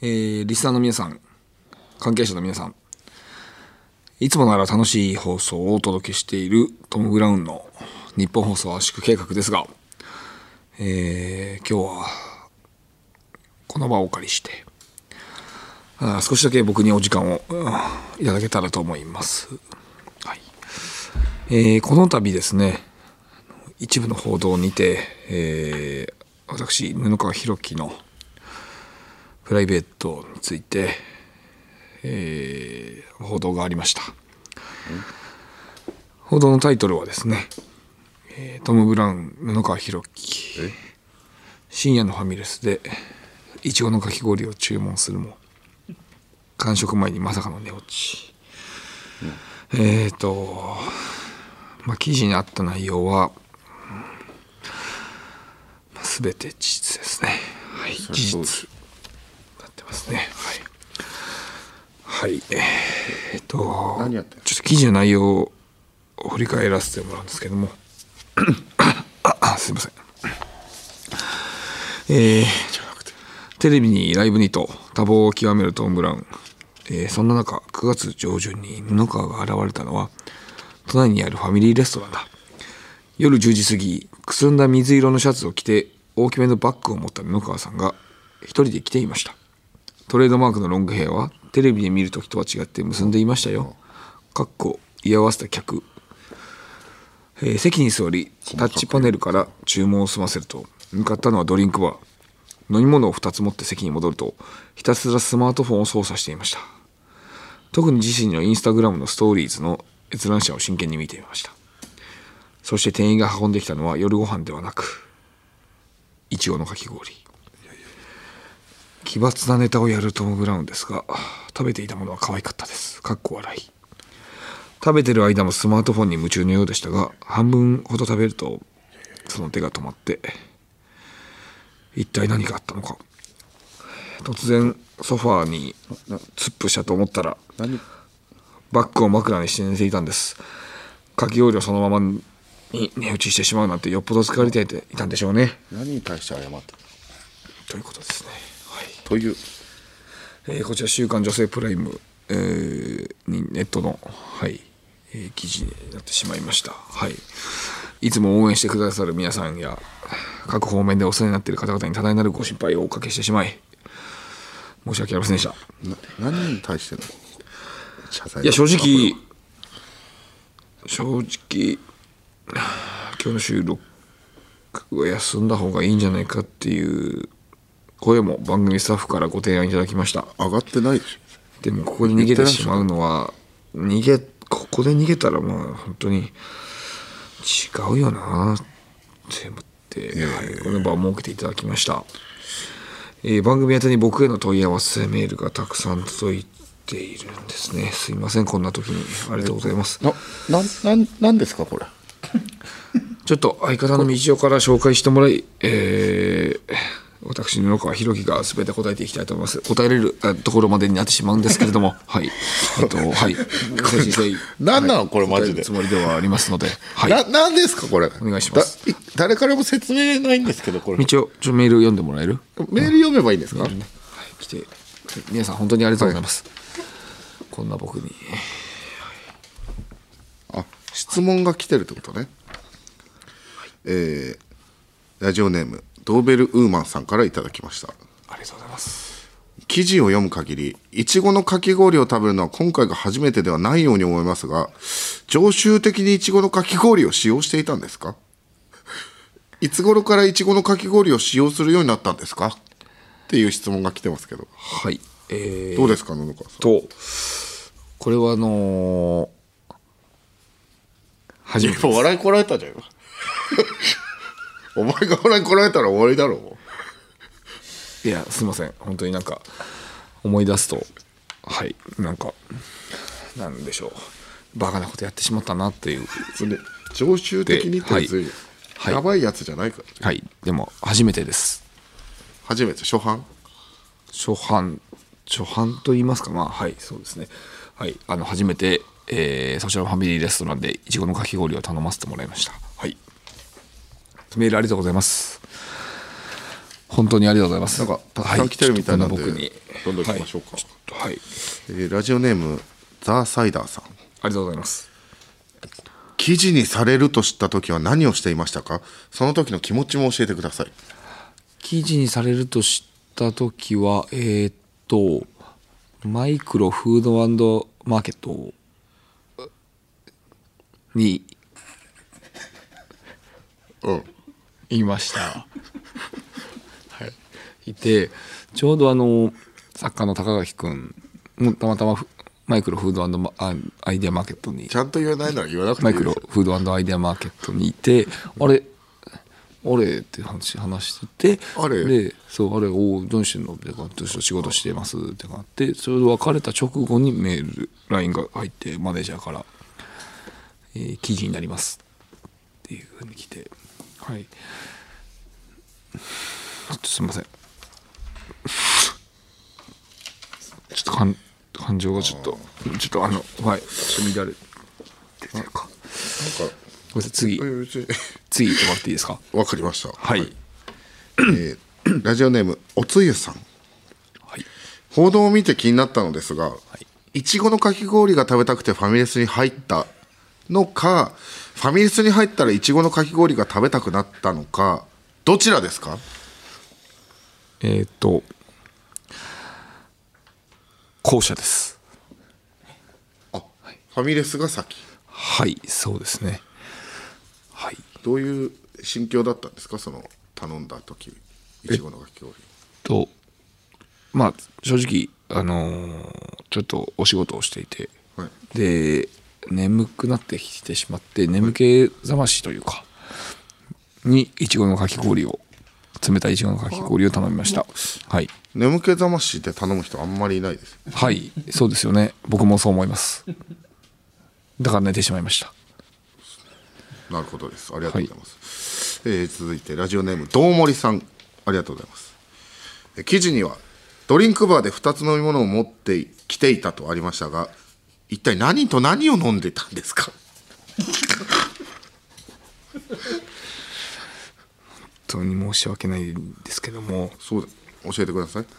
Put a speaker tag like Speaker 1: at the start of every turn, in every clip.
Speaker 1: えーリスナーの皆さん、関係者の皆さん、いつもなら楽しい放送をお届けしているトム・ブラウンの日本放送圧縮計画ですが、えー今日はこの場をお借りして、あー少しだけ僕にお時間をうんいただけたらと思います。はいえーこの度ですね、一部の報道にて、えー私、布川博樹のプライベートについて、えー報道がありました報道のタイトルはですね「えートム・ブラウン布川博樹
Speaker 2: え
Speaker 1: 深夜のファミレスでイチゴのかき氷を注文するも完食前にまさかの寝落ち」えっ、ー、とまあ記事にあった内容はまあ全て事実ですね、はい、事
Speaker 2: りゃそうです
Speaker 1: 実なってますねはい、はい、えーっと
Speaker 2: 何やってんの
Speaker 1: ちょっと記事の内容を振り返らせてもらうんですけども ああすいませんえーテレビにライブにと多忙を極めるトム・ブラウン、えーそんな中9月上旬に布川が現れたのは都内にあるファミリーレストランだ夜10時過ぎくすんだ水色のシャツを着て大きめのバッグを持った布川さんが一人で来ていましたトレードマークのロングヘアはテレビで見る時とは違って結んでいましたよかっこ居合わせた客えー席に座りタッチパネルから注文を済ませると向かったのはドリンクバー飲み物を2つ持って席に戻るとひたすらスマートフォンを操作していました特に自身のインスタグラムのストーリーズの閲覧者を真剣に見ていましたそして店員が運んできたのは夜ご飯ではなくイチゴのかき氷奇抜なネタをやるトム・ブラウンですが食べていたものは可愛かったですかっこ笑い食べてる間もスマートフォンに夢中のようでしたが半分ほど食べるとその手が止まって一体何があったのか突然ソファーに突っ伏したと思ったら
Speaker 2: 何
Speaker 1: バッグを枕にして寝ていたんですかき氷をそのままに寝落ちしてしまうなんてよっぽど疲れていたんでしょうね
Speaker 2: 何に対して謝ったの
Speaker 1: ということですね、はい
Speaker 2: という
Speaker 1: えーこちら「週刊女性プライム」えーにネットの、はいえー記事になってしまいました、はい、いつも応援してくださる皆さんや各方面でお世話になっている方々に多大なるご心配をおかけしてしまい申し訳ありませんでした
Speaker 2: な何に対しての謝罪
Speaker 1: いや正直正直今日の収録は休んだ方がいいんじゃないかっていう声も番組スタッフからご提案いただきました
Speaker 2: 上がってないでし
Speaker 1: でもここで逃げてしまうのは逃げここで逃げたらまあ本当に違うよなって思って、はいこの場を設けていただきました、えー番組宛てに僕への問い合わせメールがたくさん届いているんですねすいませんこんな時にありがとうございます
Speaker 2: ょなななんなんですかこれ
Speaker 1: ちょっと相方の道夫から紹介してもらい、えー私布川博樹が全て答えていきたいと思います答えれるあところまでになってしまうんですけれど もはいえっとはい精神性
Speaker 2: 何なのこれマジで
Speaker 1: つもりではあります ので、はい、
Speaker 2: ななんですかこれお
Speaker 1: 願いします
Speaker 2: 誰からも説明ないんですけどこれ
Speaker 1: 道夫ちょっとメール読んでもらえる
Speaker 2: メール読めばいいんですか、
Speaker 1: はい来てはい皆さん本当にありがとうございます、こんな僕に
Speaker 2: あ質問が来てるってことね、えーラジオネームドーベルウーマンさんからいただきました
Speaker 1: ありがとうございます
Speaker 2: 記事を読む限りいちごのかき氷を食べるのは今回が初めてではないように思いますが常習的にいちごのかき氷を使用していたんですかいつ頃からいちごのかき氷を使用するようになったんですかっていう質問が来てますけど
Speaker 1: はいえー、
Speaker 2: どうですか野々川さん
Speaker 1: とこれはあのー初めてです
Speaker 2: 笑いこられたじゃんお前が笑いこられたら終わりだろう
Speaker 1: いやすいません本当になんか思い出すとはいなんかなんでしょうバカなことやってしまったなっていう
Speaker 2: それ常習的にってやつ、
Speaker 1: ではい
Speaker 2: やばいやつじゃないから、
Speaker 1: はいでも初めてです
Speaker 2: 初めて初版
Speaker 1: 初版初版と言いますかまあはいそうですねはいあの初めて、えー、そちらのファミリーレストランでいちごのかき氷を頼ませてもらいましたはいメールありがとうございます本当にありがとうございます
Speaker 2: なんかたくさん来てるみたいなんで、
Speaker 1: はちょっとこ僕に
Speaker 2: どんどん行きましょうか、
Speaker 1: はいちょっとはい
Speaker 2: えーラジオネームザ・サイダーさん
Speaker 1: ありがとうございます
Speaker 2: 記事にされると知った時は何をしていましたかその時の気持ちも教えてください
Speaker 1: 記事にされると知った時はえーっとマイクロフードマーケットに
Speaker 2: うん
Speaker 1: いました はいいてちょうどあの作家の高垣君もたまたまフマイクロフードマあアイデアマーケットに
Speaker 2: ちゃんと言えないなら言わなくてい
Speaker 1: マ
Speaker 2: い
Speaker 1: イク
Speaker 2: です
Speaker 1: ロフードアイデアマーケットにいて「あれあれ?」って話話してて「
Speaker 2: あれ
Speaker 1: でそうあれおうどうしてんの?」って感じで仕事してます」ってなってそれで別れた直後にメール LINE が入ってマネージャーから「えー記事になります」っていうふうに来てはいちょっとすいませんちょっと感感情がちょっとちょっとあのはいちょっと乱れてというか
Speaker 2: なんか
Speaker 1: ごめんなさい次
Speaker 2: えーうち
Speaker 1: 次行ってもらっていいですか
Speaker 2: わかりました
Speaker 1: はい、
Speaker 2: えー ラジオネームおつゆさん
Speaker 1: はい、
Speaker 2: 報道を見て気になったのですがいちごのかき氷が食べたくてファミレスに入ったのかファミレスに入ったらいちごのかき氷が食べたくなったのかどちらですか
Speaker 1: えーっと後者です
Speaker 2: あ、ファミレスが先
Speaker 1: はいそうですねはい
Speaker 2: どういう心境だったんですかその頼んだ時いちごのかき氷
Speaker 1: とまあ正直あのーちょっとお仕事をしていて、
Speaker 2: はい
Speaker 1: で眠くなってきてしまって眠気覚ましというかにいちごのかき氷を冷たいいちごのかき氷を頼みましたはい
Speaker 2: 眠気覚ましで頼む人あんまりいないです
Speaker 1: はい、そうですよね。僕もそう思います。だから寝てしまいました。
Speaker 2: なるほどですありがとうございます、えー続いてラジオネームどうもりさんありがとうございますえ記事にはドリンクバーで2つ飲み物を持ってきていたとありましたが一体何と何を飲んでたんですか
Speaker 1: 本当に申し訳ないんですけども、
Speaker 2: そうだ教えてください
Speaker 1: 本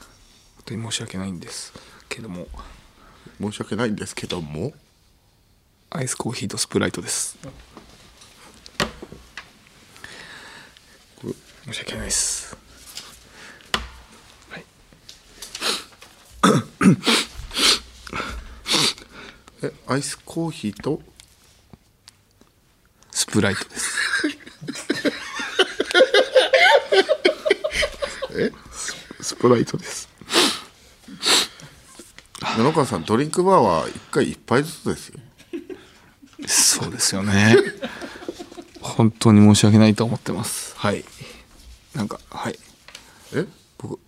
Speaker 1: 当に申し訳ないんですけども、
Speaker 2: 申し訳ないんですけども
Speaker 1: アイスコーヒーとスプライトです。申し訳ないです。はい、
Speaker 2: えアイスコーヒーと
Speaker 1: スプライトです。
Speaker 2: スプライトです野川さんドリンクバーは1回1杯ずつですよ
Speaker 1: そうですよね。本当に申し訳ないと思ってます。はい。なんか、はい。
Speaker 2: え
Speaker 1: 僕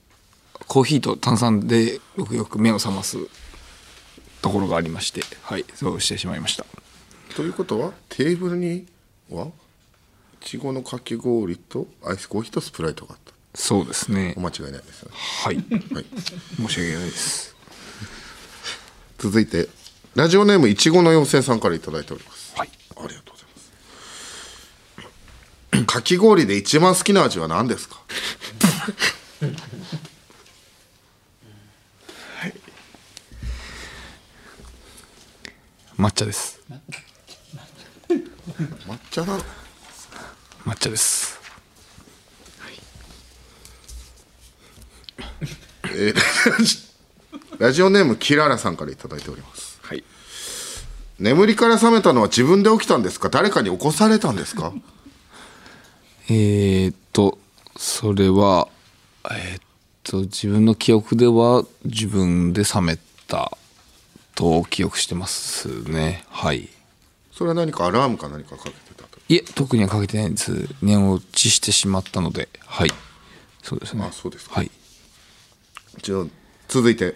Speaker 1: コーヒーと炭酸で僕よく目を覚ますところがありましてはいそうしてしまいました
Speaker 2: ということはテーブルにはいちごのかき氷とアイスコーヒーとスプライトがあった
Speaker 1: そうですね
Speaker 2: お間違いないですね、
Speaker 1: はい
Speaker 2: はい、
Speaker 1: 申し訳ないです
Speaker 2: 続いてラジオネームいちごの妖精さんから頂いております
Speaker 1: はい
Speaker 2: ありがとうございます かき氷で一番好きな味は何ですか
Speaker 1: 抹茶です
Speaker 2: 抹茶なの
Speaker 1: 抹茶です
Speaker 2: えーラジオネームキララさんから頂いております
Speaker 1: はい
Speaker 2: 眠りから覚めたのは自分で起きたんですか誰かに起こされたんですか
Speaker 1: えー、っとそれはえーっと自分の記憶では自分で冷めたと記憶してますねはい
Speaker 2: それは何かアラームか何かかけてたと
Speaker 1: いえ特にはかけてないです念落ちしてしまったのではいそうですね
Speaker 2: あそうですか
Speaker 1: はい
Speaker 2: じゃあ続いて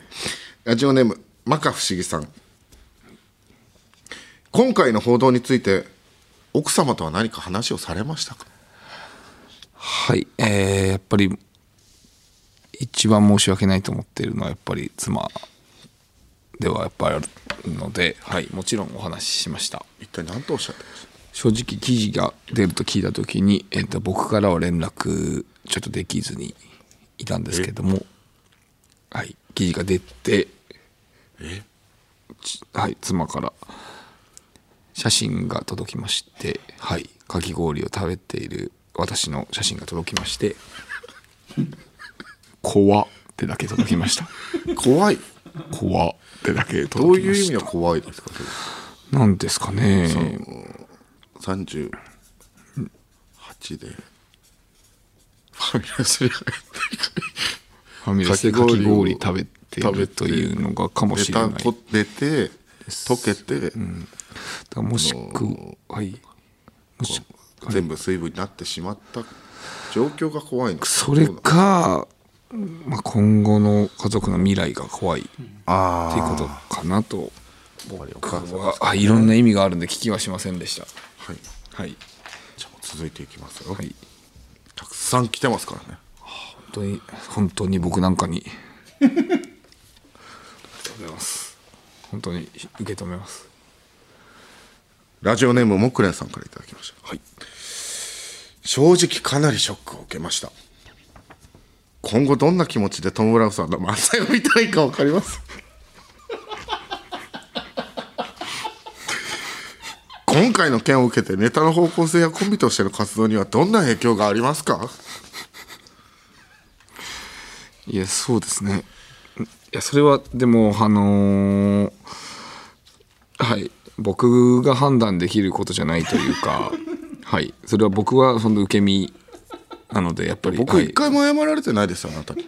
Speaker 2: ラジオネーム摩訶不思議さん今回の報道について奥様とは何か話をされましたか
Speaker 1: はい、えーやっぱり一番申し訳ないと思っているのはやっぱり妻ではやっぱりあるので、はい、もちろんお話ししました
Speaker 2: 一体何とおっしゃってまし
Speaker 1: 正直記事が出ると聞いた時に、えー、と僕からは連絡ちょっとできずにいたんですけども、はい、記事が出て、
Speaker 2: え
Speaker 1: ちはい、妻から写真が届きまして、はい、かき氷を食べている私の写真が届きま して、怖ってだけ届きま した。
Speaker 2: 怖い
Speaker 1: 怖ってだけ届きました。
Speaker 2: どういう意味が怖いですかそれ
Speaker 1: なんですかね。
Speaker 2: 38でファミレスに入って
Speaker 1: ファミレスでかき氷食べて
Speaker 2: 食べ
Speaker 1: る
Speaker 2: て
Speaker 1: というのがかもし
Speaker 2: 出
Speaker 1: れな
Speaker 2: た
Speaker 1: い。だ
Speaker 2: こ
Speaker 1: か
Speaker 2: 出て溶けて、
Speaker 1: らもしくはい。もし
Speaker 2: 全部水分になってしまった状況が怖いの
Speaker 1: それか、まあ、今後の家族の未来が怖いって
Speaker 2: あ
Speaker 1: いうことかなと
Speaker 2: あり
Speaker 1: 僕はあいろんな意味があるんで聞きはしませんでした。
Speaker 2: はい
Speaker 1: はい。
Speaker 2: じゃあ続いていきますよ、
Speaker 1: はい。
Speaker 2: たくさん来てますからね
Speaker 1: 本当に本当に僕なんか にありがとうございます。本当に受け止めます。
Speaker 2: ラジオネームもくれんさんからいただきました、はい、正直かなりショックを受けました今後どんな気持ちでトム・ブラウンさんの漫才を見たいか分かります 今回の件を受けてネタの方向性やコンビとしての活動にはどんな影響がありますか
Speaker 1: いや、そうですね。いや、それは、でも、あのーはい、僕が判断できることじゃないというか、はい、それは僕は、その受け身なので、やっぱり、
Speaker 2: 僕
Speaker 1: はい
Speaker 2: 一回も謝られてないですよあなたに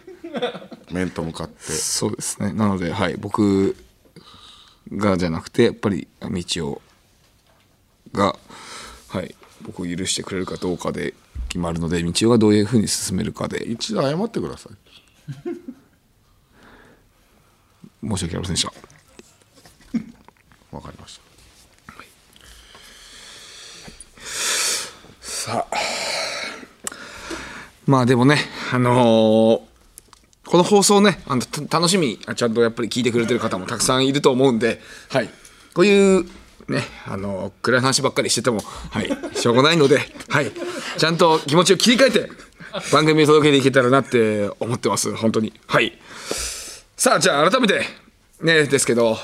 Speaker 2: 面と向かって
Speaker 1: そうですね。なので、はい、僕がじゃなくて、やっぱり、道をが、はい、僕を許してくれるかどうかで決まるので、道をがどういうふうに進めるかで、
Speaker 2: 一度謝ってください
Speaker 1: 申し訳ありませんでした。
Speaker 2: わかりました
Speaker 1: さあ。まあでもね、あのーこの放送ね、あのた楽しみにあちゃんとやっぱり聞いてくれてる方もたくさんいると思うんで、はい、こういう、ね、あのー暗い話ばっかりしてても、はい、しょうがないので、はい、ちゃんと気持ちを切り替えて、番組に届けていけたらなって思ってます、本当に。はい。さあ、じゃあ改めて、ね、ですけど、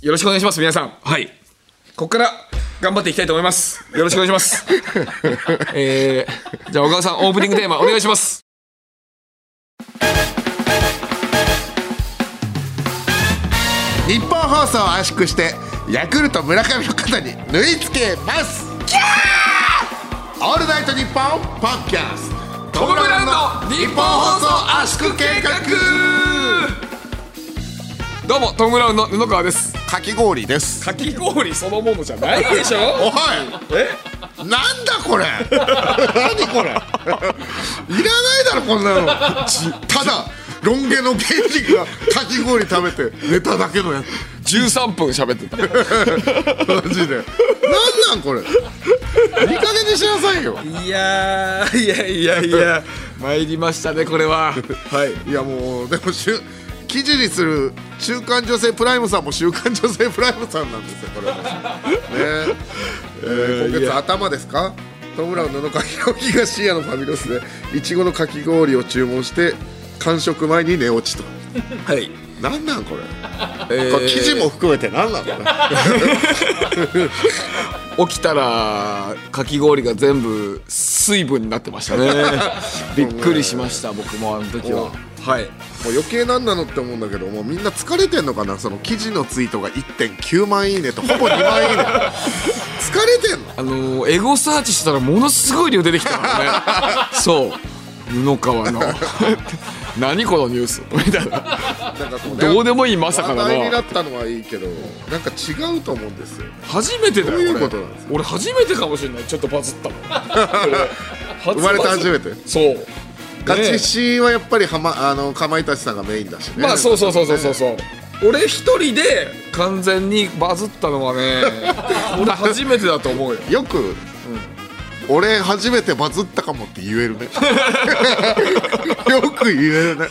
Speaker 1: よろしくお願いします、皆さん。はい。ここから頑張っていきたいと思います。よろしくお願いします。 えー、じゃあ小川さんオープニングテーマお願いします。
Speaker 2: 日本放送を圧縮してヤクルト村上の肩に縫い付けますオールナイトニッポンポッキャスト
Speaker 1: トム・ブラウンの日本放送圧縮計画どうもトム・ブラウンの布川です
Speaker 2: かき氷です
Speaker 1: かき氷そのものじゃないでしょ
Speaker 2: おいえなんだこれ 何これいらないだろこんなのただロン毛のゲージがかき氷食べて寝ただけのやつ
Speaker 1: 13分喋ってた
Speaker 2: マジでなんなんこれいい加減にしなさいよ
Speaker 1: いやーいやいやいや参りましたねこれははい
Speaker 2: いやもうでもしゅ記事にする週刊女性プライムさんも週刊女性プライムさんなんですよこれはねえー 今
Speaker 1: い
Speaker 2: 月頭ですかトム・ブラウンのかき氷東屋のファミレスでいちごのかき氷を注文して完食前に寝落ちと
Speaker 1: はい、
Speaker 2: なんなんこれ、
Speaker 1: え
Speaker 2: これ記事も含めてなんなんこれ
Speaker 1: 起きたらかき氷が全部水分になってましたね びっくりしました僕もあの時ははい
Speaker 2: もう余計なんなのって思うんだけどもうみんな疲れてんのかなその記事のツイートが1.9万いいねとほぼ2万いいね疲れてんの
Speaker 1: あのーエゴサーチしたらものすごい量出てきた からねそう布川の 何このニュースみたいな
Speaker 2: なんかこうね
Speaker 1: どうでもいいまさか
Speaker 2: 話
Speaker 1: だ
Speaker 2: 題にな
Speaker 1: な
Speaker 2: ったのはいいけどなんか違うと思うんですよ
Speaker 1: 初めてだよ
Speaker 2: どういう
Speaker 1: 俺
Speaker 2: ことなんです
Speaker 1: 俺初めてかもしれないちょっとバズったの 生
Speaker 2: 生まれて初めて
Speaker 1: そう
Speaker 2: ガチ
Speaker 1: ね
Speaker 2: シーンはやっぱりは、ま、あのかまいたちさんがメインだしね
Speaker 1: まあそうそうそうそうそう
Speaker 2: う
Speaker 1: そう、俺一人で完全にバズったのは ね俺初めてだと思うよ
Speaker 2: よく、俺初めてバズったかもって言え るねよく言えるね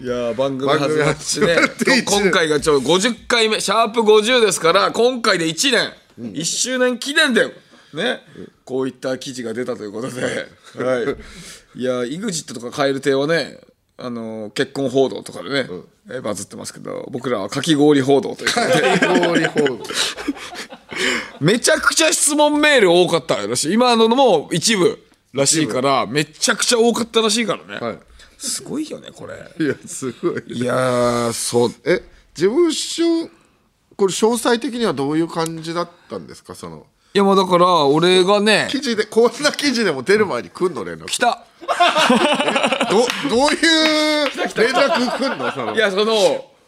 Speaker 1: いやー番組
Speaker 2: 番組
Speaker 1: 始まって
Speaker 2: 始まって
Speaker 1: ね
Speaker 2: 一年
Speaker 1: 今回がちょうど50回目シャープ50ですから今回で1年、1周年記念で
Speaker 3: ね、こういった記事が出たということで、はい、いや EXIT とか蛙亭はねあの結婚報道とかでね、えバズってますけど僕らはかき氷報道ということで
Speaker 2: 氷報道
Speaker 1: めちゃくちゃ質問メール多かったらしい今のも一部らしいからめちゃくちゃ多かったらしいからね、
Speaker 2: はい
Speaker 1: すごいよねこれ
Speaker 2: いやすごい
Speaker 1: いやーそう
Speaker 2: え事務所これ詳細的にはどういう感じだったんですかその
Speaker 1: いやまあだから俺がね
Speaker 2: 記事でこんな記事でも出る前に来んの連絡
Speaker 1: 来た
Speaker 2: どどういう連絡来んのその
Speaker 3: いやその、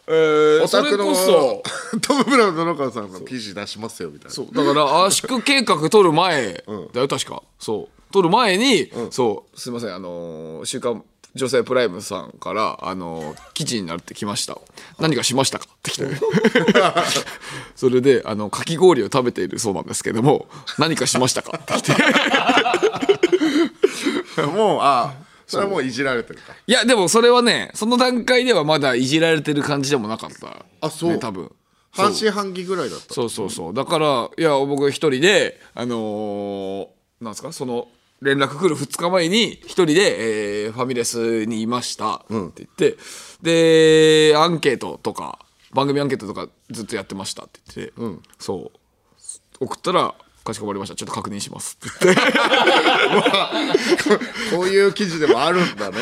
Speaker 3: えー、
Speaker 2: お
Speaker 3: それ
Speaker 2: 宅の
Speaker 3: こそ
Speaker 2: トム・ブラウンの野 川さんの記事出しますよみたいな
Speaker 1: そうだから圧縮計画取る前だよ確かそう取る前に、そうすいませんあのー週刊女性プライムさんから、あのー記事になってきました何かしましたかって来 てそれであのかき氷を食べているそうなんですけども何かしましたかって来て
Speaker 2: もうああそれはもういじられてるか
Speaker 1: いやでもそれはねその段階ではまだいじられてる感じでもなかった
Speaker 2: あそう
Speaker 1: ね多分
Speaker 2: 半信半疑ぐらいだった
Speaker 1: そうそうそうだからいや僕一人であのーなんですかその連絡来る2日前に一人で、えーファミレスにいましたって言って、でアンケートとか番組アンケートとかずっとやってましたって言って、そう送ったら「かしこまりましたちょっと確認し ます」って言って
Speaker 2: こういう記事でもあるんだね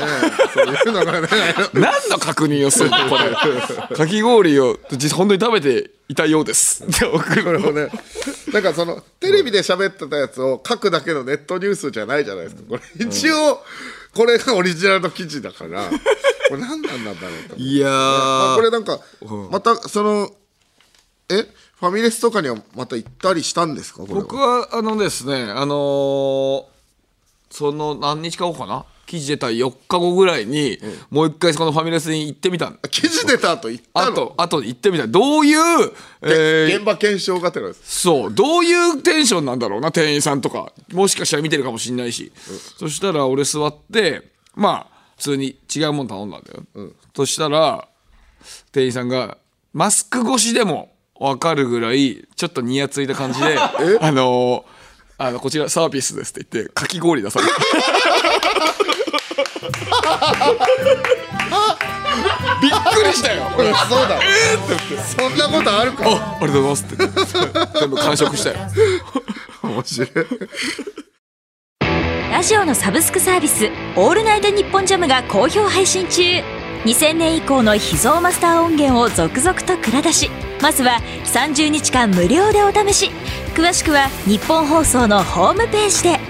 Speaker 2: そういうのがね
Speaker 1: 何の確認をするのこれ かき氷を実本当に食べていたよう ですって送る
Speaker 2: これねなんかそのテレビで喋ってたやつを書くだけのネットニュースじゃないじゃないですかこれ一応これがオリジナルの記事だからこれ何なんだろうと思って
Speaker 1: いや
Speaker 2: まあ
Speaker 1: ー
Speaker 2: これなんかまたそのえファミレスとかにはまた行ったりしたんですかこれは
Speaker 1: 僕はあのですねあのーその何日か後かな記事出た4日後ぐらいに、もう一回そのファミレスに行ってみたん
Speaker 2: あ記事出た後行った
Speaker 1: あ
Speaker 2: の
Speaker 1: とあと行ってみたどういう、えー
Speaker 2: 現場検証がてらです
Speaker 1: そうどういうテンションなんだろうな店員さんとかもしかしたら見てるかもしんないし、そしたら俺座ってまあ普通に違うもん頼んだんだよ、そしたら店員さんがマスク越しでも分かるぐらいちょっとニヤついた感じで「あのーあのこちらサービスです」って言ってかき氷出されたびっくりしたよ
Speaker 2: そうだそんなことあるか
Speaker 1: あありがとうございますって全部完食したよ
Speaker 2: 面白い
Speaker 4: ラジオのサブスクサービス「オールナイトニッポンジャム」が好評配信中2000年以降の秘蔵マスター音源を続々と蔵出しまずは30日間無料でお試し詳しくは日本放送のホームページで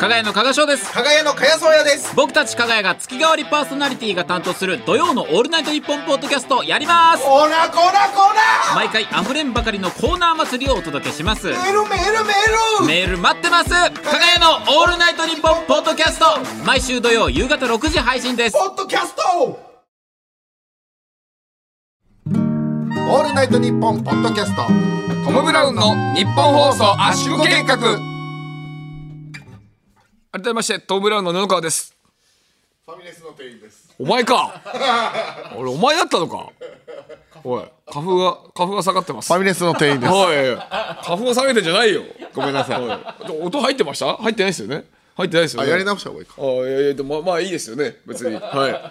Speaker 5: 加賀屋の加賀翔です
Speaker 6: 加賀屋のかやそうやです
Speaker 5: 僕たち加賀屋が月替わりパーソナリティが担当する土曜の「オールナイトニッポン」ポッドキャストをやります
Speaker 6: こらこらこら
Speaker 5: 毎回あふれんばかりのコーナー祭りをお届けします
Speaker 6: メロメロメロ
Speaker 5: メール待ってます加賀屋の「オールナイトニッポン」ポッドキャスト毎週土曜夕方6時配信です
Speaker 6: ポッドキャスト
Speaker 2: オールナイトニッポンポッドキャスト
Speaker 1: トム・ブラウンの日本放送圧縮計画改めましてトム・ブラウンの布川です
Speaker 2: ファミレスの店員です
Speaker 1: お前か俺お前だったのかおい花粉が花粉が下がってます
Speaker 2: ファミレスの店員です
Speaker 1: おい花粉を下げてんじゃないよごめんなさい音入ってました入ってないですよね入ってないですよ
Speaker 2: あ
Speaker 1: ね
Speaker 2: やり直した方がいいか
Speaker 1: あいやいやでもまあまあいいですよね別にはい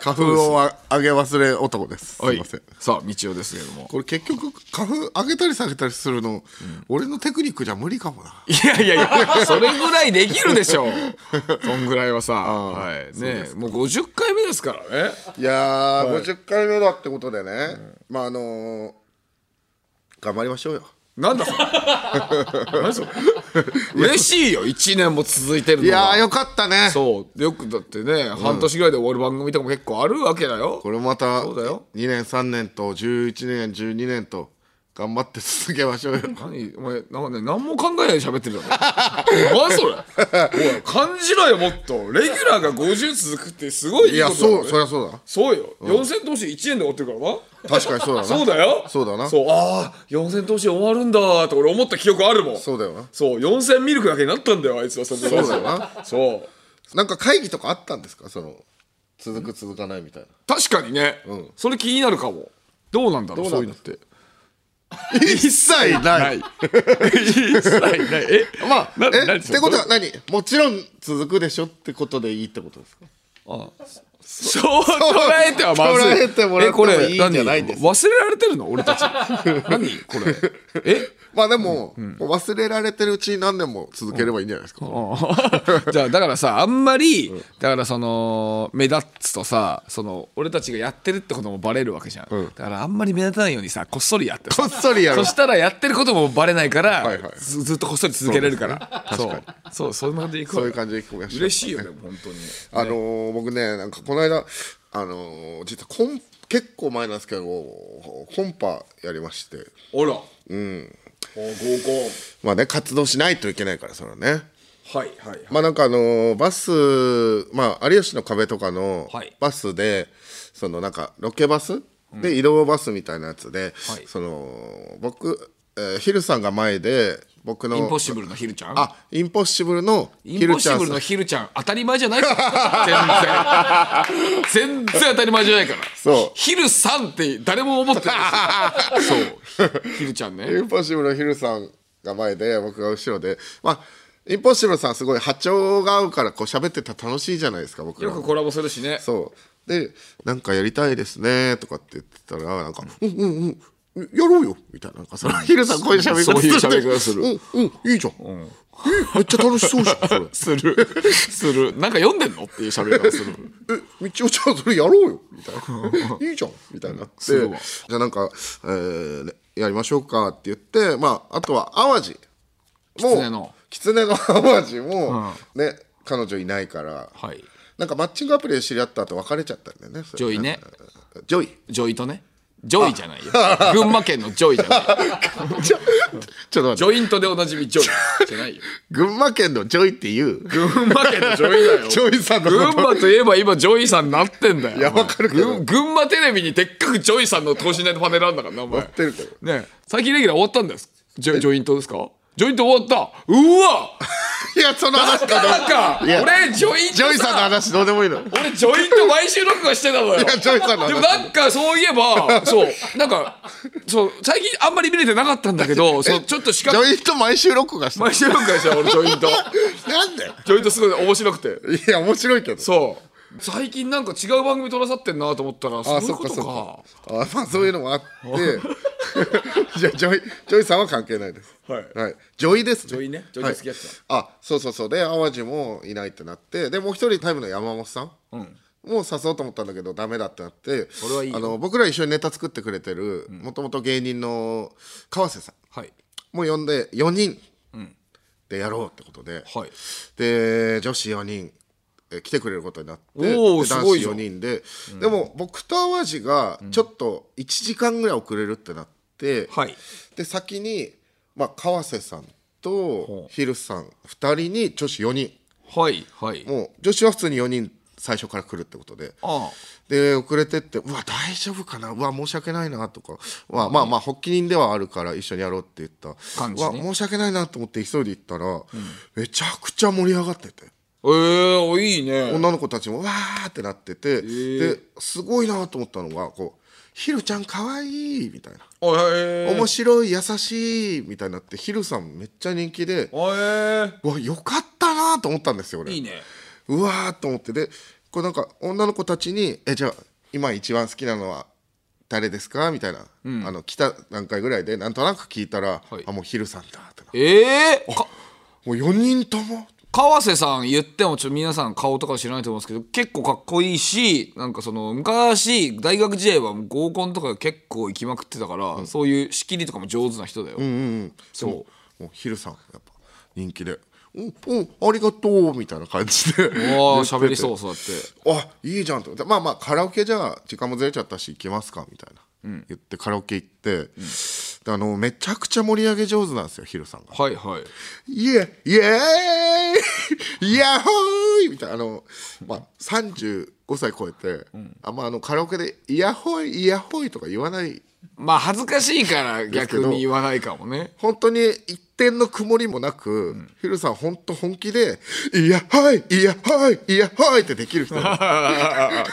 Speaker 2: 花粉をあ上げ忘れ男ですす
Speaker 1: はいい
Speaker 2: ません
Speaker 1: さあ道夫ですけれども
Speaker 2: これ結局花粉上げたり下げたりするの、俺のテクニックじゃ無理かもない
Speaker 1: やいやい や、それぐらいできるでしょう。 そんぐらいはさ、はい、ね、もう五十回目ですからね。
Speaker 2: いやー、50回目だってことでね、まああのー頑張りましょうよ
Speaker 1: なんだそ れ。何それ。嬉しいよ、一年も続いてるの
Speaker 2: い
Speaker 1: が。
Speaker 2: やーよかったね
Speaker 1: そう、よくだってね、半年ぐらいで終わる番組とかも結構あるわけだよ
Speaker 2: こ。れまた
Speaker 1: そうだよ
Speaker 2: 2年3年と11年12年と頑張って続けましょうよ
Speaker 1: 何お前なんかね何も考えないで喋ってるだろ 何それおい感じろよもっとレギュラーが50続くってすごい
Speaker 2: い
Speaker 1: いいこ
Speaker 2: や
Speaker 1: とだよ
Speaker 2: そ
Speaker 1: ね
Speaker 2: うそりゃそうだ
Speaker 1: そうよ、4000投資1年で終わってるからな
Speaker 2: 確かにそうだ な
Speaker 1: そうだよ
Speaker 2: そうだな
Speaker 1: そうああ4000投資終わるんだって俺思った記憶あるもん
Speaker 2: そうだよな
Speaker 1: そう4000ミルクだけになったんだよあいつはその
Speaker 2: そうだよな
Speaker 1: そう
Speaker 2: なんか会議とかあったんですかその続く 続かないみたいな
Speaker 1: 確かにね、それ気になるかもどうなんだろう
Speaker 2: ど
Speaker 1: そううい
Speaker 2: な
Speaker 1: うんの
Speaker 2: だ
Speaker 1: って
Speaker 2: 一切な。
Speaker 1: ないい。 一切ない。え
Speaker 2: まあ、
Speaker 1: な
Speaker 2: え
Speaker 1: 何
Speaker 2: ってことは何もちろん続くでしょってことでいいってことですか
Speaker 1: そう捉えてはまずい。
Speaker 2: 捉えてもらってもいいんじゃないんですか
Speaker 1: 忘れられてるの俺たち。何これ。え
Speaker 2: まあでも、もう忘れられてるうちに何年も続ければいいんじゃないですか、
Speaker 1: じゃあだからさあんまりだからその目立つとさその俺たちがやってるってこともバレるわけじゃん、だからあんまり目立たないようにさこっそりやってさ
Speaker 2: こっそりやる
Speaker 1: そしたらやってることもバレないから、
Speaker 2: はいはい
Speaker 1: ずずっとこっそり続けれるからそう,、そうそういう感じでいく
Speaker 2: そういう感じでいくもやし
Speaker 1: 嬉しいよね本当に
Speaker 2: あのー僕ねなんかこの間あのー実はコン結構前なんですけどコンパやりまして
Speaker 6: あら
Speaker 2: まあね活動しないといけないからそれはね
Speaker 6: はいはい
Speaker 2: まあなんかあのーバス、まあ、有吉の壁とかの
Speaker 1: はい
Speaker 2: バスで、そのなんかロケバスで移動バスみたいなやつで、
Speaker 1: はい
Speaker 2: その僕、えーヒルさんが前で僕の
Speaker 1: インポッシブルのひるちゃん
Speaker 2: あインポッシブルの
Speaker 1: イ
Speaker 2: ヒ
Speaker 1: ンポ
Speaker 2: ル
Speaker 1: ッ
Speaker 2: ち
Speaker 1: シ
Speaker 2: ゃん
Speaker 1: ブルのひるちゃん当たり前じゃない から全然全然当たり前じゃないから
Speaker 2: そう
Speaker 1: ひるさんって誰も思ってないですよそうひるちゃんね
Speaker 2: インポッシブルのヒルさんが前で僕が後ろでまあインポッシブルさんすごい波長が合うからこう喋ってたら楽しいじゃないですか僕ら
Speaker 1: よくコラボするしね
Speaker 2: そうで「なんかやりたいですね」とかって言ってたらなんか「うんうんうんやろうよ」みたいななんかその ヒルさんこういう喋り
Speaker 1: そう
Speaker 2: 方
Speaker 1: いう
Speaker 2: す
Speaker 1: 喋り
Speaker 2: る
Speaker 1: 方する
Speaker 2: うんうんいいじゃん、えめっちゃ楽しそうじゃん それ
Speaker 1: するするなんか読んでんのっていう喋り方する
Speaker 2: えみちおちゃんそれやろうよみたい ないいじゃんみたいになってじ
Speaker 1: すごい
Speaker 2: ゃあなんか、えーねやりましょうかって言ってまああとは淡路も
Speaker 1: 狐の
Speaker 2: 狐の淡路も、ね彼女いないから、
Speaker 1: はい
Speaker 2: なんかマッチングアプリで知り合った後別れちゃったんだよねそれ
Speaker 1: ジョイね
Speaker 2: ジョイ
Speaker 1: ジョイとねジョイじゃないよ群馬県のジョイじゃないジ
Speaker 2: ちょっと待って
Speaker 1: ョイントでおなじみジョイじゃないよ
Speaker 2: 群馬県のジョイっていう
Speaker 1: 群馬県のジョイだよ
Speaker 2: ジョイさんの
Speaker 1: 群
Speaker 2: こと
Speaker 1: 馬といえば今ジョイさんになってんだよ
Speaker 2: いやわかるけど
Speaker 1: 群群馬テレビにでっかくジョイさんの等身大のパネルあんだからなお前
Speaker 2: やってるけど
Speaker 1: ねえ最近レギュラー終わったんですジョジョイントですかジョイント終わったうわ
Speaker 2: いやその話だ
Speaker 1: なんか
Speaker 2: いや
Speaker 1: 俺ジョイント
Speaker 2: ジョイさんの話どうでもいいのい
Speaker 1: 俺ジョイント毎週録画してたのよ
Speaker 2: やジョイさんの
Speaker 1: でも
Speaker 2: 話
Speaker 1: なんかそういえばそうなんかそう最近あんまり見れてなかったんだけどそうちょっとし
Speaker 2: ジ
Speaker 1: か
Speaker 2: ョイと毎週録画して
Speaker 1: 毎週録画した俺ジョイント
Speaker 2: なんで
Speaker 1: ジョイントすごい面白くて
Speaker 2: いや面白いけど
Speaker 1: そう最近なんか違う番組撮らさってんなと思ったらそう
Speaker 2: あ
Speaker 1: い
Speaker 2: そうっ
Speaker 1: こ
Speaker 2: か
Speaker 1: と
Speaker 2: そ
Speaker 1: か
Speaker 2: っかあまあそういうの もあってじゃあジョイジョイさんは関係ないですはい、ジョイです、ね、ジョイねジョイの付き合ってた、あそうそうそうで淡路もいないってなってでもう一人タイムの山本さん、もう誘おうと思ったんだけどダメだってなってあの僕ら一緒にネタ作ってくれてるもともと芸人の川瀬さん
Speaker 1: はい
Speaker 2: もう呼んで4人でやろうってことで、
Speaker 1: はい
Speaker 2: で女子4人えー来てくれることになってで
Speaker 1: おー
Speaker 2: 男子
Speaker 1: すごいじゃ
Speaker 2: 4
Speaker 1: ん
Speaker 2: 人で、でも僕と淡路がちょっと1時間ぐらい遅れるってなって、
Speaker 1: はい
Speaker 2: で先に、まあ、川瀬さんとヒルさん2人に女子4人
Speaker 1: はいはい
Speaker 2: もう女子は普通に4人最初から来るってことで。
Speaker 1: あ
Speaker 2: で遅れてってうわ大丈夫かなうわ申し訳ないなとかうわまあまあ発起人ではあるから一緒にやろうって言った
Speaker 1: 感
Speaker 2: う
Speaker 1: じ
Speaker 2: わ
Speaker 1: ね
Speaker 2: 申し訳ないなと思って急いで行ったら、めちゃくちゃ盛り上がってて
Speaker 1: えー、おいいね
Speaker 2: 女の子たちもわーってなってて、ですごいなと思ったのがこう「ひるちゃんかわいい」みたいな
Speaker 6: あへ
Speaker 2: 「
Speaker 6: え
Speaker 2: 面白い優しい」みたいになってひるさんめっちゃ人気で
Speaker 6: あへえ
Speaker 2: うわよかったなと思ったんですよ俺
Speaker 1: いいね
Speaker 2: うわーと思ってでこうなんか女の子たちに「えじゃあ今一番好きなのは誰ですか?」みたいな、あの来た段階ぐらいでなんとなく聞いたら「
Speaker 1: はい
Speaker 2: あもうヒルさんだ」ってな
Speaker 1: えー、か
Speaker 2: もう4人とも
Speaker 1: 川瀬さん言ってもちょっと皆さん顔とか知らないと思うんですけど結構かっこいいしなんかその昔大学時代はもう合コンとか結構行きまくってたから、そういう仕切りとかも上手な人だよ、
Speaker 2: そうもうヒルさんやっぱ人気で「うんうんありがとう」みたいな感じで
Speaker 1: うわあ喋りそうそうだって
Speaker 2: あいいじゃんと思ってまあまあカラオケじゃあ時間もずれちゃったし行きますかみたいな、言ってカラオケ行って、であのめちゃくちゃ盛り上げ上手なんですよヒルさんが。
Speaker 1: はいはい
Speaker 2: イエイエーイヤッホーイみたいなあの、まあ、35歳超えて、あんまあのカラオケで「イヤホーイイヤホーイ」とか言わない
Speaker 1: まあ恥ずかしいから逆に言わないかもね
Speaker 2: 本当に一点の曇りもなく、ヒルさん本当本気で「イヤホーイイヤホーイイヤ ホーイ」ってできる人、まあ、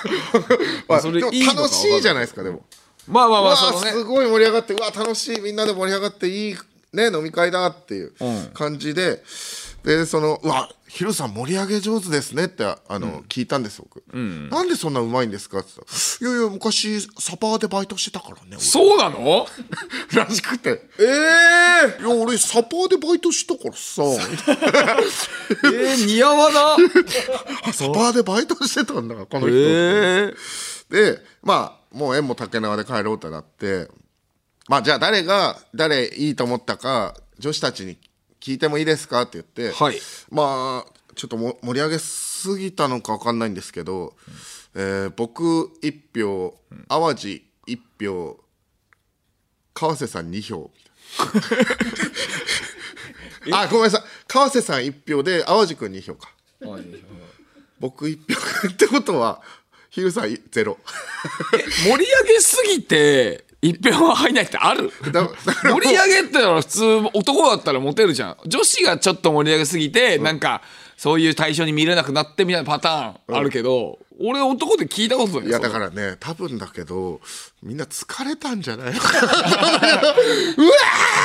Speaker 1: それ
Speaker 2: でも
Speaker 1: いいのか
Speaker 2: 楽しいじゃないですかでも
Speaker 1: まあまあまあその
Speaker 2: す
Speaker 1: ね
Speaker 2: ごい盛り上がってうわ楽しいみんなで盛り上がっていいね飲み会だっていう感じで、でそのうわヒロさん盛り上げ上手ですねってあの、聞いたんです僕、なんでそんなうまいんですかって言ったらいやいや昔サバーでバイトしてたからね
Speaker 1: そうなの
Speaker 2: 俺らしくて
Speaker 1: ええ
Speaker 2: いや俺サバーでバイトしたからさ
Speaker 1: えー、似合わな
Speaker 2: サバーでバイトしてたんだからこの人、
Speaker 1: ええ
Speaker 2: でまあもう縁も竹縄で帰ろうってなってまあじゃあ誰が誰いいと思ったか女子たちに聞いてもいいですかって言って、
Speaker 1: はい
Speaker 2: まあちょっとも盛り上げすぎたのか分かんないんですけど、えー僕1票淡路1票川瀬さん2票 みたいなあごめんなさい川瀬さん1票で淡路君2票か僕1票 ってことはヒルさん0ロ。
Speaker 1: 盛り上げすぎて一遍は入んないってある
Speaker 2: だ
Speaker 1: 盛り上げってのは普通男だったらモテるじゃん女子がちょっと盛り上げすぎて、なんかそういう対象に見れなくなってみたいなパターンあるけど、俺男で聞いたことない
Speaker 2: いやだ
Speaker 1: ら
Speaker 2: からね多分だけどみんな疲れたんじゃないの かなうわ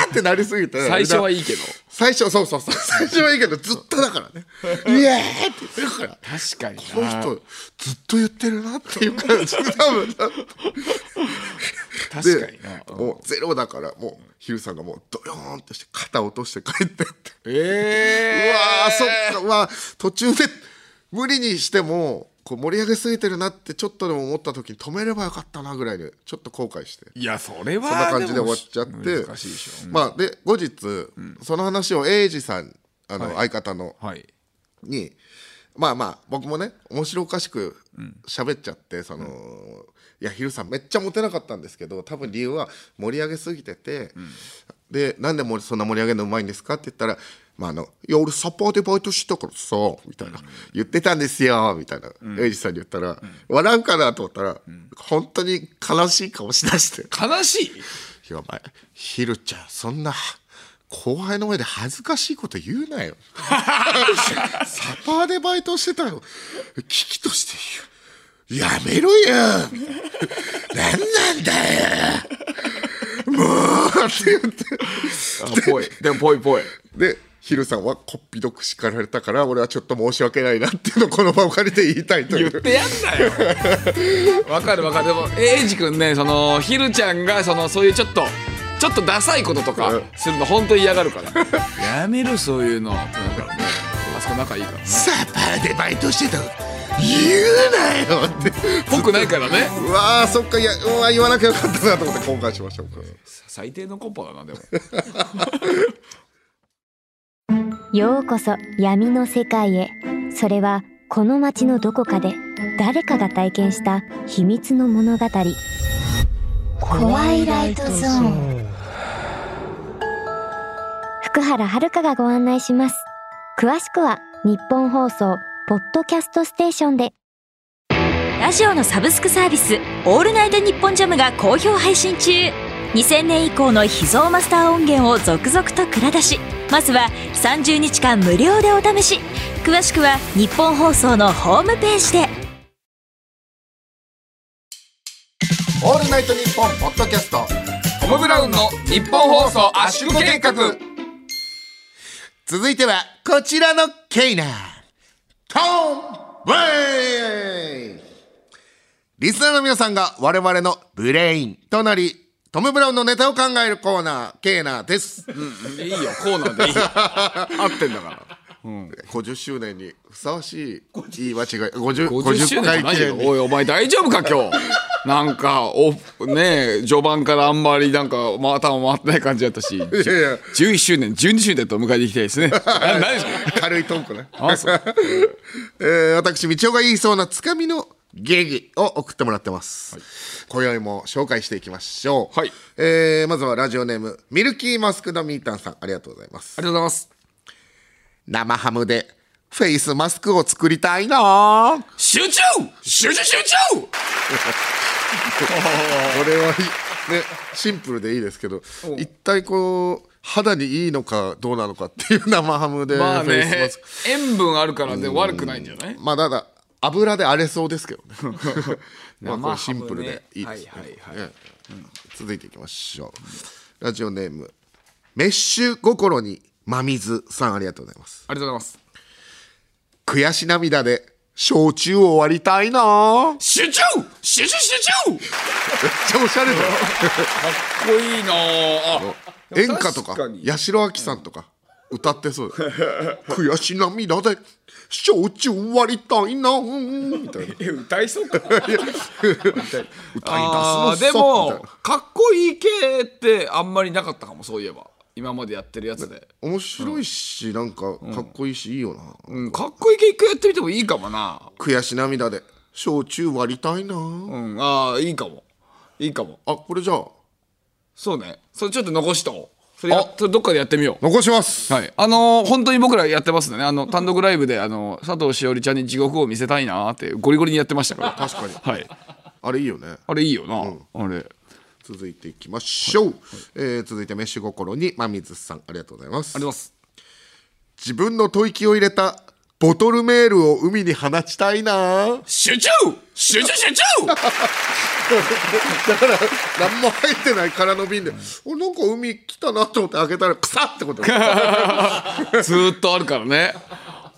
Speaker 2: ーってなりすぎて
Speaker 1: 最初は
Speaker 2: みんない
Speaker 1: いけど
Speaker 2: 最初そうそうそう最初はいいけどずっとだからねイエーイって言ってるから
Speaker 1: 確かに
Speaker 2: この人ずっと言ってるなっていう感じ多分
Speaker 1: 確かにな
Speaker 2: でもうゼロだからもうヒルさんがもうドヨーンとして肩落として帰ってって
Speaker 1: ええ
Speaker 2: うわーそっかまあ途中で無理にしてもこう盛り上げすぎてるなってちょっとでも思った時に止めればよかったなぐらいでちょっと後悔して
Speaker 1: いやそれは
Speaker 2: そんな感じで終わっちゃって
Speaker 1: 難しいでしょ、
Speaker 2: まあで後日その話を英二さんあの相方の
Speaker 1: はい
Speaker 2: にまあまあ僕もね面白おかしく喋っちゃってそのいやヒルさんめっちゃモテなかったんですけど多分理由は盛り上げすぎててでなんでもそんな盛り上げるのうまいんですかって言ったら「まああのいや俺サッパーでバイトしてたからさ」みたいな「言ってたんですよ」みたいなエイジさんに言ったら笑うかなと思ったら本当に悲しい顔しだして
Speaker 1: 悲しい
Speaker 2: いやお前ひるちゃんそんな後輩の前で恥ずかしいこと言う なよサパーでバイトしてたよ危機として言うやめろよみたいな何なんだよもうって言って
Speaker 1: あぽいでもぽいぽい
Speaker 2: でヒルさんはこっぴどく叱られたから俺はちょっと申し訳ないなっていうのをこの場を借りて言いたいとい
Speaker 1: 言
Speaker 2: う
Speaker 1: ってやんなよわかるわかるでもエイジ君ねそのひるちゃんがそのそういうちょっとちょっとダサいこととかするの本当に嫌がるからやめろそういうのってなるからねあそこ仲いいからね
Speaker 2: サパーでバイトしてた言うなよって
Speaker 1: ぽくないからね
Speaker 2: うわーそっかいやうわー言わなきゃよかったなと思って後悔しました僕は
Speaker 1: 最低のコンパだなでも
Speaker 7: ようこそ闇の世界へそれはこの街のどこかで誰かが体験した秘密の物語怖いライトゾーン福原遥がご案内します詳しくは日本放送ポッドキャストステーションで
Speaker 4: ラジオのサブスクサービス「オールナイトニッポンジャム」が好評配信中2000年以降の秘蔵マスター音源を続々と蔵出しまずは30日間無料でお試し詳しくは日本放送のホームページで
Speaker 2: オールナイトニッポンポッドキャスト
Speaker 1: トム・ブラウンの日本放送圧縮計画
Speaker 2: 続いてはこちらのケイナートーンブレインリスナーの皆さんが我々のブレインとなりトム・ブラウンのネタを考えるコーナーケイナーです
Speaker 1: いいよコーナー でいいよ合ってんだから
Speaker 2: 50周年にふさわしい言い間違い50
Speaker 1: 50周
Speaker 2: 50
Speaker 1: 年じゃ
Speaker 2: 回
Speaker 1: ない
Speaker 2: 記
Speaker 1: よ
Speaker 2: 念
Speaker 1: おいお前大丈夫か今日なんかおねえ序盤からあんまりなんか頭回ってない感じだったし
Speaker 2: いやいや
Speaker 1: 11周年12周年と迎えていきたいです ねな何それ
Speaker 2: 軽いトークね
Speaker 1: あそう
Speaker 2: えー私道夫が言いそうなつかみの芸儀を送ってもらってます、今宵も紹介していきましょう、
Speaker 1: はい
Speaker 2: えーまずはラジオネームミルキーマスクのミータンさんありがとうございます
Speaker 1: ありがとうございます
Speaker 2: 生ハムでフェイスマスクを作りたいなあ
Speaker 1: 集中集中集中
Speaker 2: これはいいねシンプルでいいですけど一体こう肌にいいのかどうなのかっていう生ハムでフ
Speaker 1: まあ
Speaker 2: ェイスマ
Speaker 1: ね
Speaker 2: スク、
Speaker 1: 塩分あるからで悪くないんじゃない
Speaker 2: まあただ油で荒れそうですけどねま
Speaker 1: 生ハ
Speaker 2: あこ
Speaker 1: ムね
Speaker 2: れシンプルでいいですね
Speaker 1: はいはい
Speaker 2: ええ続いていきましょうラジオネームメッシュ心に真水さんありがとうございます
Speaker 1: ありがとうございます
Speaker 2: 悔し涙で焼酎を割りたいなぁ
Speaker 1: 集中集中集中
Speaker 2: めっちゃおしゃれだよ
Speaker 1: かっこいいなああ
Speaker 2: 演歌と
Speaker 8: 確
Speaker 2: か
Speaker 8: かに
Speaker 2: 八代亜紀さんとか歌ってそうだよ 悔し涙で焼酎割りたいなぁみたいな
Speaker 8: え歌いそうか
Speaker 1: あ
Speaker 2: 歌い出
Speaker 1: ー
Speaker 2: すのさ
Speaker 1: で
Speaker 2: みたい
Speaker 1: も
Speaker 2: な
Speaker 1: かっこいい系ってあんまりなかったかもそういえば今までやってるやつで、
Speaker 2: 面白いし、なんかかっこいいし、いいよな、
Speaker 1: うん、かっこいい系一回やってみてもいいかもな
Speaker 2: 悔し涙で焼酎割りたいな、
Speaker 1: うんああいいかもいいかも
Speaker 2: あこれじゃあ
Speaker 1: そうねそれちょっと残しとそれやそれどっかでやってみよう
Speaker 2: 残します
Speaker 1: はい、あのー本当に僕らやってますねあの単独ライブであの佐藤しおりちゃんに地獄を見せたいなーってゴリゴリにやってましたから
Speaker 2: 確かに
Speaker 1: はい
Speaker 2: あれいいよね
Speaker 1: あれいいよな、あれ
Speaker 2: 続いていきましょう、えー続いて飯心にまみずさんありがとうございます
Speaker 1: あります
Speaker 2: 自分の吐息を入れたボトルメールを海に放ちたい な
Speaker 1: 集中集中集中
Speaker 2: 何も入ってない空の瓶でおなんか海来たなと思って開けたら草ってこと
Speaker 1: ずーっとあるからね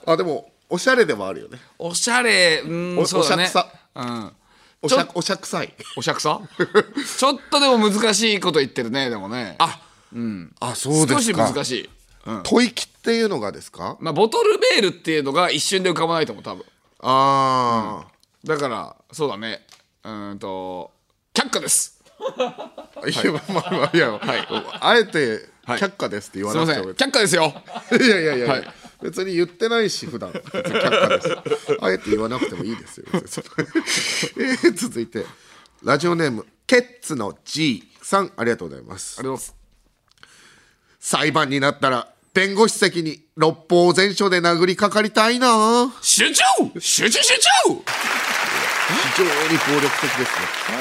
Speaker 2: あでもおしゃれでもあるよね
Speaker 1: おしゃれうー
Speaker 2: お
Speaker 1: んそうだね
Speaker 2: おしゃく
Speaker 1: うん
Speaker 2: おしゃおしゃくさい
Speaker 1: おしゃくさちょっとでも難しいこと言ってるねでもねあ
Speaker 2: あそう
Speaker 1: 少し難し
Speaker 2: い
Speaker 1: い
Speaker 2: 吐息っていうのがですか
Speaker 1: まあボトルメールっていうのが一瞬で浮かばないと思う多分
Speaker 2: あ
Speaker 1: だからそうだねうーんと却下です
Speaker 2: あ、いや、まあまあ まあ、いや、あえて、却下ですって言わ
Speaker 1: すいま
Speaker 2: なく
Speaker 1: せ
Speaker 2: て
Speaker 1: ん
Speaker 2: も、
Speaker 1: 却下ですよ
Speaker 2: いやいやいや、
Speaker 1: はい
Speaker 2: 別に言ってないし、普段、別に却下です。あえて言わなくてもいいですよ。 別にえー続いて、ラジオネーム、ケッツの G さん、ありがとうございます
Speaker 1: あ。りがとうございます
Speaker 2: 裁判になったら、弁護士席に六法全書で殴りかかりたいな。
Speaker 1: 集中集中集中
Speaker 2: 非常に暴力的です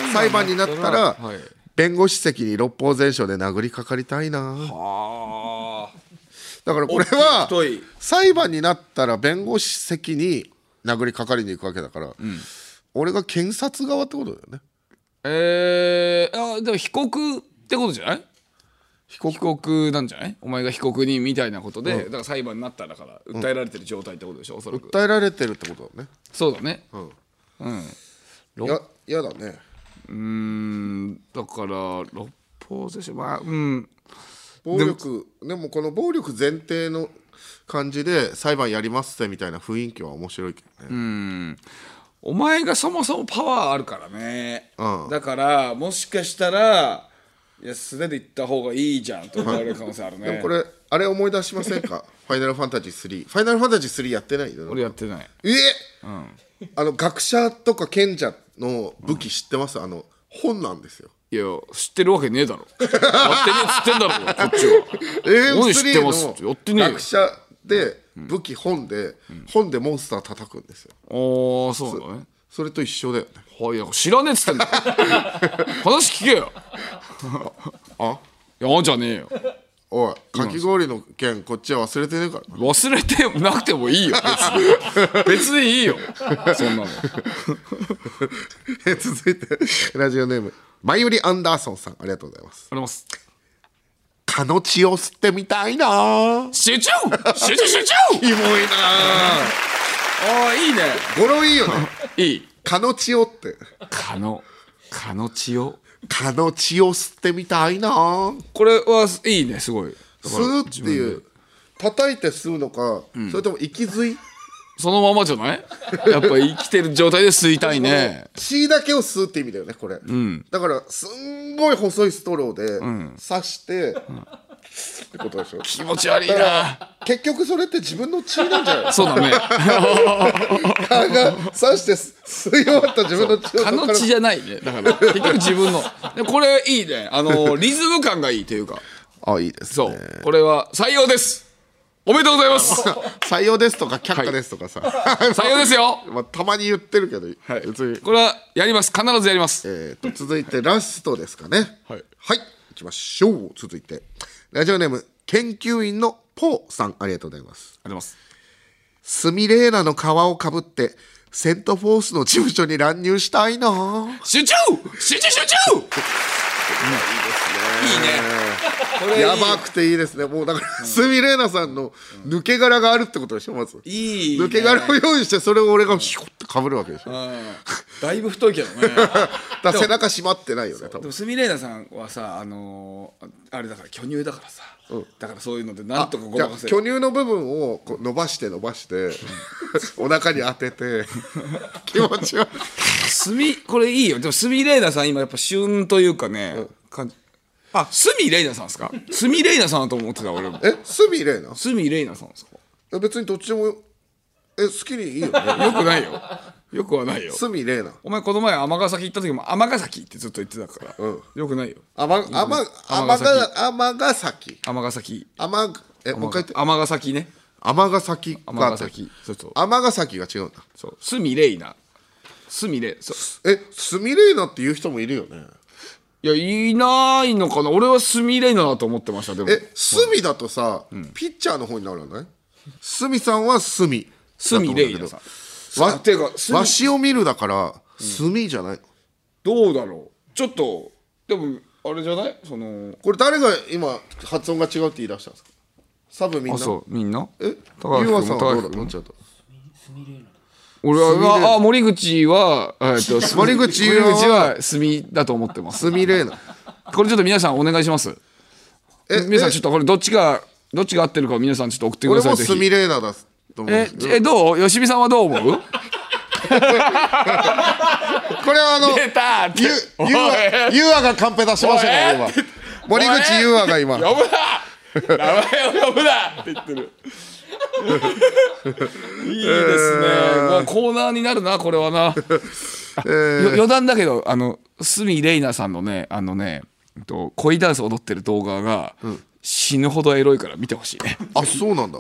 Speaker 2: ね。裁判になったら、
Speaker 1: はい
Speaker 2: 弁護士席に六法全書で殴りかかりたいな。
Speaker 1: あ
Speaker 2: だからこれは
Speaker 8: 大きい太い
Speaker 2: 裁判になったら弁護士席に殴りかかりに行くわけだから、俺が検察側ってことだよね
Speaker 1: えー、あでも被告ってことじゃない被告なんじゃないお前が被告人みたいなことで、だから裁判になったらだから訴えられてる状態ってことでしょ、おそらく
Speaker 2: 訴えられてるってことだよね
Speaker 1: そうだね
Speaker 2: ややだね
Speaker 1: うんだから六法全書まあうん
Speaker 2: 暴力でもこの暴力前提の感じで裁判やりますってみたいな雰囲気は面白いけどね、
Speaker 1: お前がそもそもパワーあるからね
Speaker 2: うん
Speaker 8: だからもしかしたらいや素手で行った方がいいじゃんと思われる可能性あるね
Speaker 2: でもこれあれ思い出しませ んかファイナルファンタジー3ファイナルファンタジー3やってないよ
Speaker 1: 俺
Speaker 2: ね
Speaker 1: やってない
Speaker 2: え、あの学者とか賢者の武器知ってます、あの本なんですよ
Speaker 1: いや知ってるわけねえだろやってねえっつってんだろこっち は何知ってますってやってねえ
Speaker 2: AM3 の
Speaker 1: よ
Speaker 2: 学者で武器本で本でモンスター叩くんですよ
Speaker 1: ああそうだね
Speaker 2: それと一緒だよね
Speaker 1: はい、なんか知らねえっつってんだよ話聞けよ
Speaker 2: あ
Speaker 1: いやじゃねえよ
Speaker 2: おいかき氷の件こっちは忘れてねえからな
Speaker 1: 忘れてなくてもいいよ別に別にいいよそんなの
Speaker 2: え 続いてラジオネームマユリ・アンダーソンさんありがとうございます
Speaker 1: あります
Speaker 2: 蚊の血を吸ってみたいなぁ
Speaker 1: 集中集中集中
Speaker 2: キモいな
Speaker 1: ああいいね
Speaker 2: ぁ語呂いいよね
Speaker 1: いい
Speaker 2: 蚊の血をって
Speaker 1: 蚊の蚊の血を
Speaker 2: 蚊の血を吸ってみたいなぁ
Speaker 1: これはいいねすごい
Speaker 2: 吸うっていう叩いて吸うのか、それとも息吸い
Speaker 1: そのままじゃないやっぱ生きてる状態で吸いたいね
Speaker 2: 血だけを吸うって意味だよねこれ、だからすんごい細いストローで刺して、ってことでしょ
Speaker 1: 気持ち悪いな
Speaker 2: 結局それって自分の血なんじゃない
Speaker 1: そうだね
Speaker 2: 蚊が刺して吸吸い終わった自分の血を
Speaker 1: 蚊の血じゃないねだから結局自分のでもこれいいねあのリズム感がいいというか
Speaker 2: あいいです
Speaker 1: そう、
Speaker 2: ね
Speaker 1: これは採用ですおめでとうございます
Speaker 2: 採用ですとか却下ですとかさ、
Speaker 1: 採用ですよ
Speaker 2: まあ、たまに言ってるけど、
Speaker 1: はい
Speaker 2: 別に
Speaker 1: これはやります必ずやります
Speaker 2: えー、と続いてラストですかね
Speaker 1: はい
Speaker 2: はい、いきましょう続いてラジオネーム研究員のポーさんありがとうございます
Speaker 1: あります
Speaker 2: スミレーナの皮をかぶってセント・フォースの事務所に乱入したいな
Speaker 9: 集中集中集中
Speaker 2: やばくていいですねもうだから鷲見玲奈さんの抜け殻があるってことでしょまず
Speaker 3: いいね
Speaker 2: 抜け殻を用意してそれを俺がひょってかぶるわけでしょ だか
Speaker 3: だいぶ太いけどね
Speaker 2: ら背中締まってないよね多
Speaker 3: で
Speaker 2: 分
Speaker 3: もスミレーナさんはさあのーああれだから巨乳だからさ、だからそういうのでなんとかご
Speaker 2: じゃ
Speaker 3: ま
Speaker 2: あ
Speaker 3: かせ
Speaker 2: 巨乳の部分をこう伸ばして伸ばしてお腹に当てて気持ち悪い
Speaker 3: スミこれいいよでもスミレーナさん今やっぱ旬というかね、かあスミレーナさんですかスミレーナさんだと思ってた俺も
Speaker 2: え鷲見玲奈
Speaker 3: スミレーナさんですか
Speaker 2: え別にどっちでもえ好きにいいよね
Speaker 3: よくないよよくはないよ
Speaker 2: 鷲見玲奈
Speaker 3: お前この前尼崎行った時も尼崎ってずっと言ってたから、よくないよ
Speaker 2: あま、あま、あまが、あまがさき。
Speaker 3: 尼崎
Speaker 2: あま、え、もう一回言って。
Speaker 3: 尼崎ね
Speaker 2: あまがさき。
Speaker 3: 尼崎。そうそう
Speaker 2: あまがさきが違うんだ。
Speaker 3: そうスミレイナスミレそう
Speaker 2: え、スミレイナっていう人もいるよね。
Speaker 3: いやいないのかな俺はスミレイナだと思ってましたでも
Speaker 2: え、スミだとさ、ピッチャーの方になるのね。スミさんはスミ。
Speaker 3: スミレイナさん
Speaker 2: わ、
Speaker 3: てかスミ
Speaker 2: わしを見るだから、スミじゃない。
Speaker 3: どうだろうちょっとでもあれじゃないその
Speaker 2: これ誰が今、発音が違うって言い出したんですかサブみんな。
Speaker 1: あそうみんな
Speaker 2: え
Speaker 1: 高橋
Speaker 2: ゆう
Speaker 1: 君
Speaker 2: わ
Speaker 1: も
Speaker 2: さんはど
Speaker 1: 高
Speaker 2: うだ
Speaker 1: 橋君
Speaker 2: と思
Speaker 1: も
Speaker 2: っちゃった。
Speaker 1: 俺
Speaker 2: スミレ
Speaker 1: はああ森口は、えっと、 スミ
Speaker 2: 森 口
Speaker 1: 森
Speaker 2: 祐
Speaker 1: 口
Speaker 2: 奈は
Speaker 1: は墨だと思ってます
Speaker 2: スミレイナ。
Speaker 1: これちょっと皆さんお願いします
Speaker 2: え
Speaker 1: 皆さんちょっとこれどっちがどっちが合ってるか皆さんちょっと送ってく
Speaker 2: 俺
Speaker 1: ださ
Speaker 2: も
Speaker 1: いぜ
Speaker 2: ス
Speaker 1: ひ
Speaker 2: ミレイナだと思う。
Speaker 1: ええどう吉見さんはどう思う
Speaker 2: これはあの、
Speaker 1: 出たって
Speaker 2: ゆ、ゆうわ、ゆうわがカンペ出しましたから、今。森口ゆうわが今。
Speaker 9: 呼ぶな名前を呼ぶなって言ってる
Speaker 1: いいですね、もうコーナーになるなこれはな、よ余談だけどあの鷲見玲奈さんのねあのね、えっと、恋ダンス踊ってる動画が、死ぬほどエロいから見てほしいね
Speaker 2: あ、そうなんだ。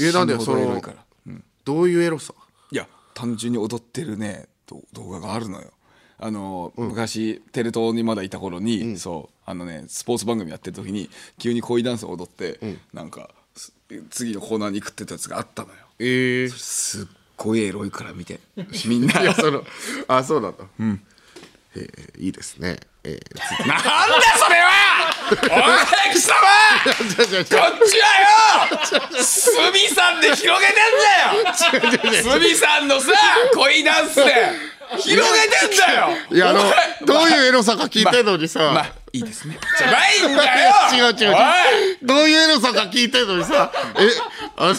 Speaker 2: え、なんで、
Speaker 1: 死
Speaker 2: そ
Speaker 1: ぬほどエロい
Speaker 2: の
Speaker 1: か、ら
Speaker 2: どういうエロさ。
Speaker 1: いや単純に踊ってるねど動画があるのよあの、昔テレ東にまだいた頃に、そうあのねスポーツ番組やってる時に急に恋ダンスを踊って、なんかす次のコーナーに行くってたやつがあったのよ
Speaker 2: ええ。
Speaker 1: すっごいエロいから見て みんななんで
Speaker 2: その、あ、そうなんだ。うん。えー、いいですね。え ー、
Speaker 1: それはおい貴様
Speaker 2: 違う違う違う
Speaker 1: こっちはよスミさんで広げて んだよスミさんのさ恋ダンスで広げてんだよ
Speaker 2: いや、あの、どういうエロさか聞いてんのに
Speaker 1: ま
Speaker 2: さ
Speaker 1: あ、いいです ねじゃないんだよ
Speaker 2: 違う違う違
Speaker 1: おい
Speaker 2: うどういうエロさか聞いてんのにさ、え、あの、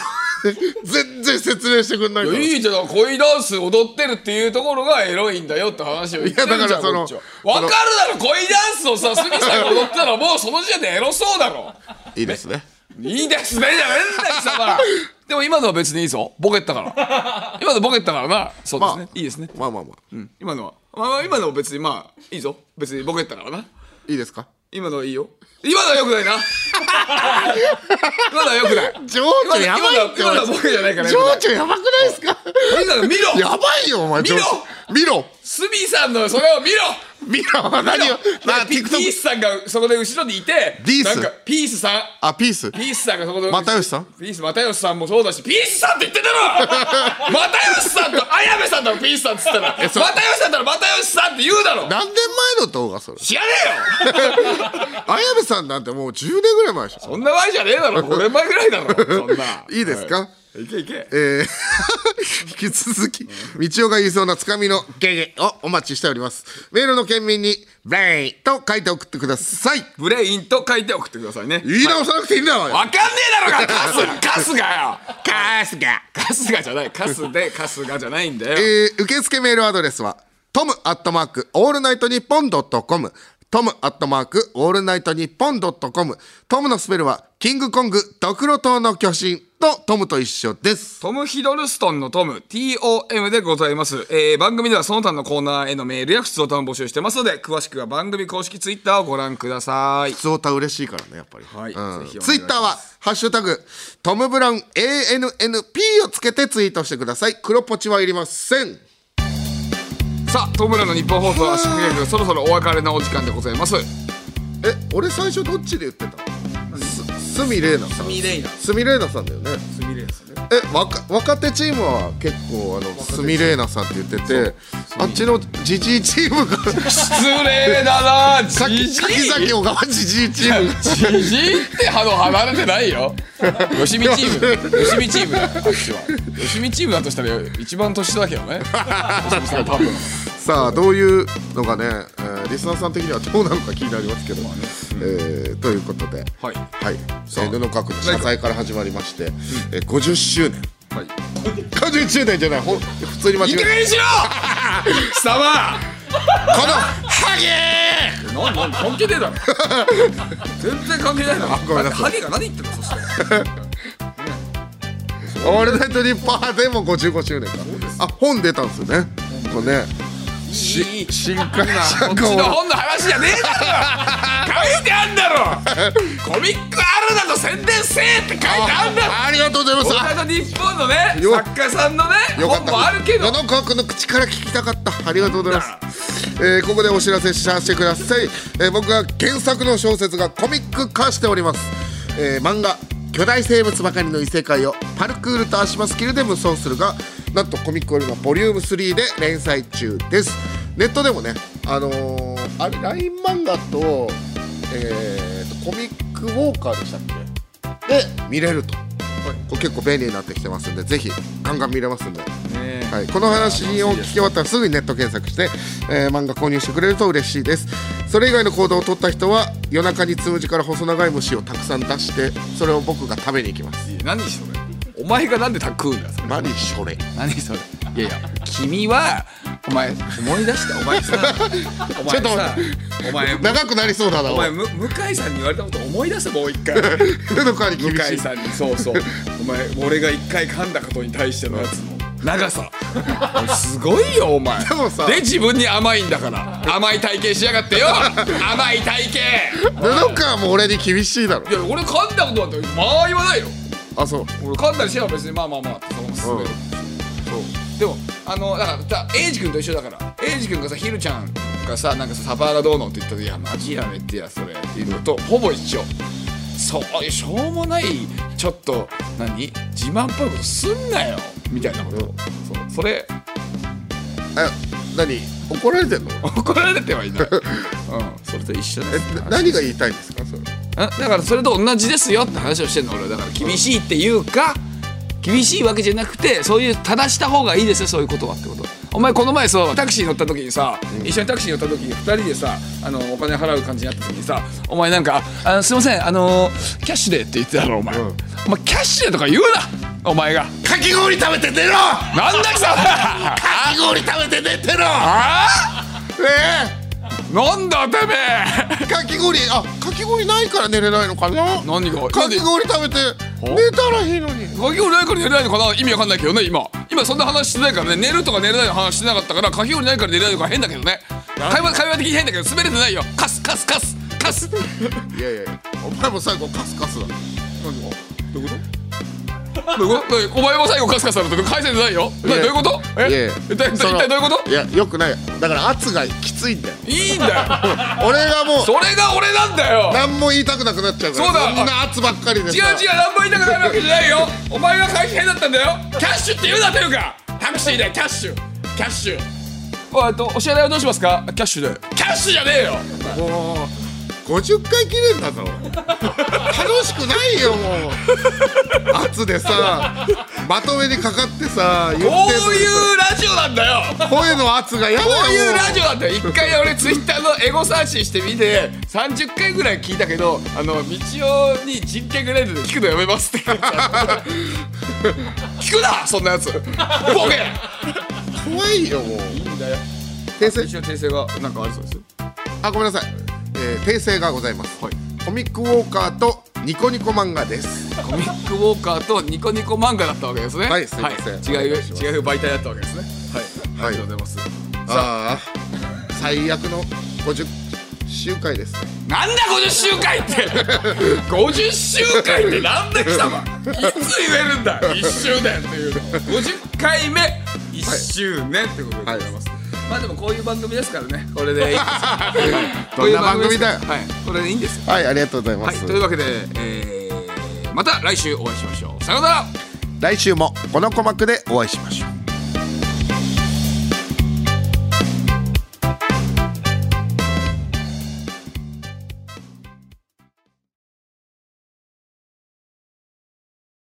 Speaker 2: 全然説明してくんないから。
Speaker 9: いいじゃん恋ダンス踊ってるっていうところがエロいんだよって話を言ってるじゃん
Speaker 2: いやだからその
Speaker 9: こっちはわかるだろ恋ダンスをさ鷲見さんが踊ったらもうその時点でエロそうだ ろ
Speaker 2: いいですね。
Speaker 9: いいですねじゃねえんだよ貴様 でも今のは別にいいぞボケった から今のボケったからなそうですね、
Speaker 2: まあ
Speaker 9: いいですね、
Speaker 2: まあまあまあ。
Speaker 9: うん今のは、まあまあ、今のは別にまあいいぞ別にボケったからない
Speaker 2: いですか
Speaker 9: 今のはいいよ今のはよくない な今のはよくない
Speaker 2: 情
Speaker 9: 今
Speaker 2: 緒
Speaker 9: の
Speaker 2: やば
Speaker 9: 今の
Speaker 2: い
Speaker 9: は
Speaker 2: って
Speaker 9: 今のはボケじゃないから
Speaker 2: 情
Speaker 9: よくない
Speaker 2: 緒やばくないですか
Speaker 9: とにかく見ろ
Speaker 2: やばいよ、お前。
Speaker 9: 見ろ
Speaker 2: 見ろ
Speaker 9: スビーさんのそれを見ろ
Speaker 2: 見ろ何をな、
Speaker 9: ピ
Speaker 2: TikTok
Speaker 9: ースさんがそこで後ろにいて
Speaker 2: ディース
Speaker 9: なんかピースさん
Speaker 2: あ、ピース
Speaker 9: ピースさんがそこで
Speaker 2: 又吉さん
Speaker 9: ピース又吉さんもそうだしピースさんって言って たろ又吉さんと綾部さんだろピースさんっつったら又吉
Speaker 2: そう
Speaker 9: さんだろ又吉さんって言うだろ
Speaker 2: 何年前の動画それ
Speaker 9: 知らねえよ
Speaker 2: 綾部さんなんてもう10年ぐらい前でしょ
Speaker 9: そんな前じゃねえだろ5年前ぐらいだろそんない
Speaker 2: いですか、
Speaker 9: いけいけ
Speaker 2: えー 引き続き、みちおが言いそうなつかみのゲゲをお待ちしております。メールの県民に、ブレインと書いて送ってください。
Speaker 9: ブレインと書いて送ってくださいね
Speaker 2: 言い直さなくていいんだわよ。
Speaker 9: わかんねえだろうがカスカスが よ
Speaker 2: カースが。
Speaker 9: カスがじゃないカスでカスがじゃないんだよ
Speaker 2: えー受付メールアドレスは、トムアットマークオールナイトニッポンドットコム、トムアットマークオールナイトニッポンドットコム、トムのスペルは、キングコング、ドクロ島の巨神とトムと一緒です。
Speaker 9: トム・ヒドルストンのトム、TOM でございます。えー番組ではその他のコーナーへのメールや普通歌を募集してますので、詳しくは番組公式ツイッターをご覧ください。
Speaker 2: ツオタ嬉しいからね、やっぱり。
Speaker 9: はいぜ
Speaker 2: うん
Speaker 9: ひお願いします
Speaker 2: ツイッターは、ハッシュタグ、トム・ブラウン ANNP をつけてツイートしてください。黒ポチはいりません。
Speaker 9: さあ、トムブラウンの日本放送圧縮劇、そろそろお別れのお時間でございます。
Speaker 2: え、俺最初どっちで言ってたす、スミレイナさん。スミレイナ。スミレイナさんだよね。
Speaker 9: スミレイナさんね。
Speaker 2: え若若手チームは結構あのスミレーナさんって言っててあっちのジジイチームが
Speaker 1: 失礼だな
Speaker 2: さっ
Speaker 1: じ
Speaker 2: き
Speaker 1: じ
Speaker 2: 柿崎小川ジジイチームが
Speaker 1: いじじいってあの離れてない よよしみチームよしみチームだよこっちはよしみチームだとしたら一番年下だけどねよしみさん多分
Speaker 2: さあどういうのがね、えーリスナーさん的にはどうなのか気になりますけど、えーということで、
Speaker 1: はい
Speaker 2: はい、えー布川君の謝罪から始まりまして、えー50周年、50周年じゃないほん普通に間違 え
Speaker 1: いい加減にしろ貴様
Speaker 2: たこのハゲー
Speaker 1: なんなん関係ねえ だろ全然関係ないだろ
Speaker 2: ごめんなさい
Speaker 1: ハゲが何言ってんのそして
Speaker 2: オールナイトニッポン派でも55周年かあ本出たんですよねこれねし新刊社
Speaker 1: こっちの本の話じゃねえだろ書いてあんだろコミックあるなど宣伝せえって書いてあんだろ
Speaker 2: ありがとうございます
Speaker 1: 俺の日本のね
Speaker 2: よ
Speaker 1: 作家さんのね
Speaker 2: よかっ
Speaker 1: 本
Speaker 2: た。
Speaker 1: もあるけど
Speaker 2: 野々川君の口から聞きたかった。ありがとうございます。えーここでお知らせさせてください、えー僕は原作の小説がコミック化しております、えー漫画「巨大生物ばかりの異世界」をパルクールと足場スキルで無双するがなんとコミックオリのボリューム3で連載中ですネットでもねあのーあれ LINE 漫画と,、えーとコミックウォーカーでしたっけで見れると、これ結構便利になってきてますんでぜひガンガン見れますんではい、この話を聞き終わったらすぐにネット検索して、えー漫画購入してくれると嬉しいですそれ以外の行動を取った人は夜中につむじから細長い虫をたくさん出してそれを僕が食べに行きます
Speaker 1: 何それお前がなんでた食うんだそれ
Speaker 2: 何それ
Speaker 1: 何それいやいや君はお前思い出したお前さお前
Speaker 2: ちょっと
Speaker 1: さ
Speaker 2: 待
Speaker 1: お前
Speaker 2: 長くなりそうだな
Speaker 1: お
Speaker 2: お
Speaker 1: 前
Speaker 2: 前
Speaker 1: む向井さんに言われたこと思い出せもう一回
Speaker 2: 手の代わり厳
Speaker 1: 向
Speaker 2: し
Speaker 1: 井
Speaker 2: い
Speaker 1: さんにそうそうお前俺が一回噛んだことに対してのやつの長さすごいよお前
Speaker 2: でもさ
Speaker 1: で自分に甘いんだから甘い体型しやがってよ甘い体 型
Speaker 2: 布川も俺に厳しいだろ
Speaker 1: いや俺噛んだことなんてまあ言わないよ
Speaker 2: あそう
Speaker 1: 俺噛んだりしては別にまあまあまあってそのまま進める、でもあのだからだエイジ君と一緒だからエイジ君がさひるちゃんがさなんかさサバーラどうのって言った時「いやマジやめてやそれ」っていうのとほぼ一緒そういうしょうもないちょっと何自慢っぽいことすんなよみたいなこと、そうそれ
Speaker 2: え何怒られてんの
Speaker 1: 怒られてはいない、うん、それと一緒だよ
Speaker 2: えな何が言いたいんですかそれ
Speaker 1: あだからそれと同じですよって話をしてんの俺はだから厳しいっていうか厳しいわけじゃなくてそういう正した方がいいですよそういうことはってことお前この前そうタクシー乗った時にさ、一緒にタクシー乗った時に2人でさあのお金払う感じになった時にさお前なんか「ああのすいませんあのキャッシュで」って言ってたろお前、お前キャッシュでとか言うなお前が
Speaker 2: かき氷食べて寝
Speaker 1: な
Speaker 2: ろ
Speaker 1: んだ貴様
Speaker 2: かき氷食べて寝てろ
Speaker 1: あ
Speaker 2: え
Speaker 1: ーなんだてめえ
Speaker 2: ー、かき氷あかき氷ないから寝れないのかな
Speaker 1: 何が
Speaker 2: かき氷食べて寝たらいいのに
Speaker 1: かき氷ないから寝れないのかな意味わかんないけどね今今そんな話してないからね寝るとか寝れないの話してなかったからかき氷ないから寝れないのか変だけどね会話会話的に変だけど滑れてないよカスカスカスカス
Speaker 2: いやいやいやお前も最後カスカスだ
Speaker 1: どういうことお前も最後カスカスだろって返せてないよなどういうこと
Speaker 2: いやい
Speaker 1: え
Speaker 2: や
Speaker 1: 一体一
Speaker 2: その
Speaker 1: 体どういうこと
Speaker 2: いやよくないだから圧がきついんだよ
Speaker 1: いいんだよ
Speaker 2: 俺がも
Speaker 1: そうれが俺なんだよ
Speaker 2: 何も言いたくなくなっちゃうから
Speaker 1: そうだ
Speaker 2: んな圧ばっかりで
Speaker 1: 違う違う何も言いたくないわけじゃないよお前が会社変だったんだよキャッシュって言うなというかタクシーでキャッシュキャッシュおえっとお支払いはどうしますかキャッシュでキャッシュじゃねえよ
Speaker 2: 50回切れんだぞ楽しくないよもう圧でさまとめにかかってさ言ってん
Speaker 1: こ
Speaker 2: の
Speaker 1: う
Speaker 2: に
Speaker 1: いうラジオなんだよ
Speaker 2: 声の圧がやだよ
Speaker 1: こういう
Speaker 2: もう
Speaker 1: ラジオだって一回俺ツイッターのエゴサーチしてみて30回ぐらい聞いたけどあの道夫に人権グレードで聞くのやめますって 聞くなそんなやつボケ
Speaker 2: 怖いよもう訂正
Speaker 1: 一応訂正がなんかあるそうですよ
Speaker 2: あごめんなさい、えー訂正がございます、コミックウォーカーとニコニコ漫画です
Speaker 1: コミックウォーカーとニコニコ漫画だったわけですね
Speaker 2: はいすいません
Speaker 1: は違う
Speaker 2: お願いします
Speaker 1: 違う媒体だったわけですねはい、
Speaker 2: はい
Speaker 1: ありがとうございます
Speaker 2: ああ最悪の50周回です
Speaker 1: なんだ50周回って 50周回ってなんだ貴様いつ言えるんだ1周年っていうの50回目1周年ってことでございます、まあでもこういう番組ですからねこれでいいですこういうですから
Speaker 2: どん
Speaker 1: はいこれでいいんですよ
Speaker 2: はいありがとうございま
Speaker 1: はい
Speaker 2: す、
Speaker 1: というわけで、えーまた来週お会いしましょうさようなら
Speaker 2: 来週もこの鼓膜でお会いしましょう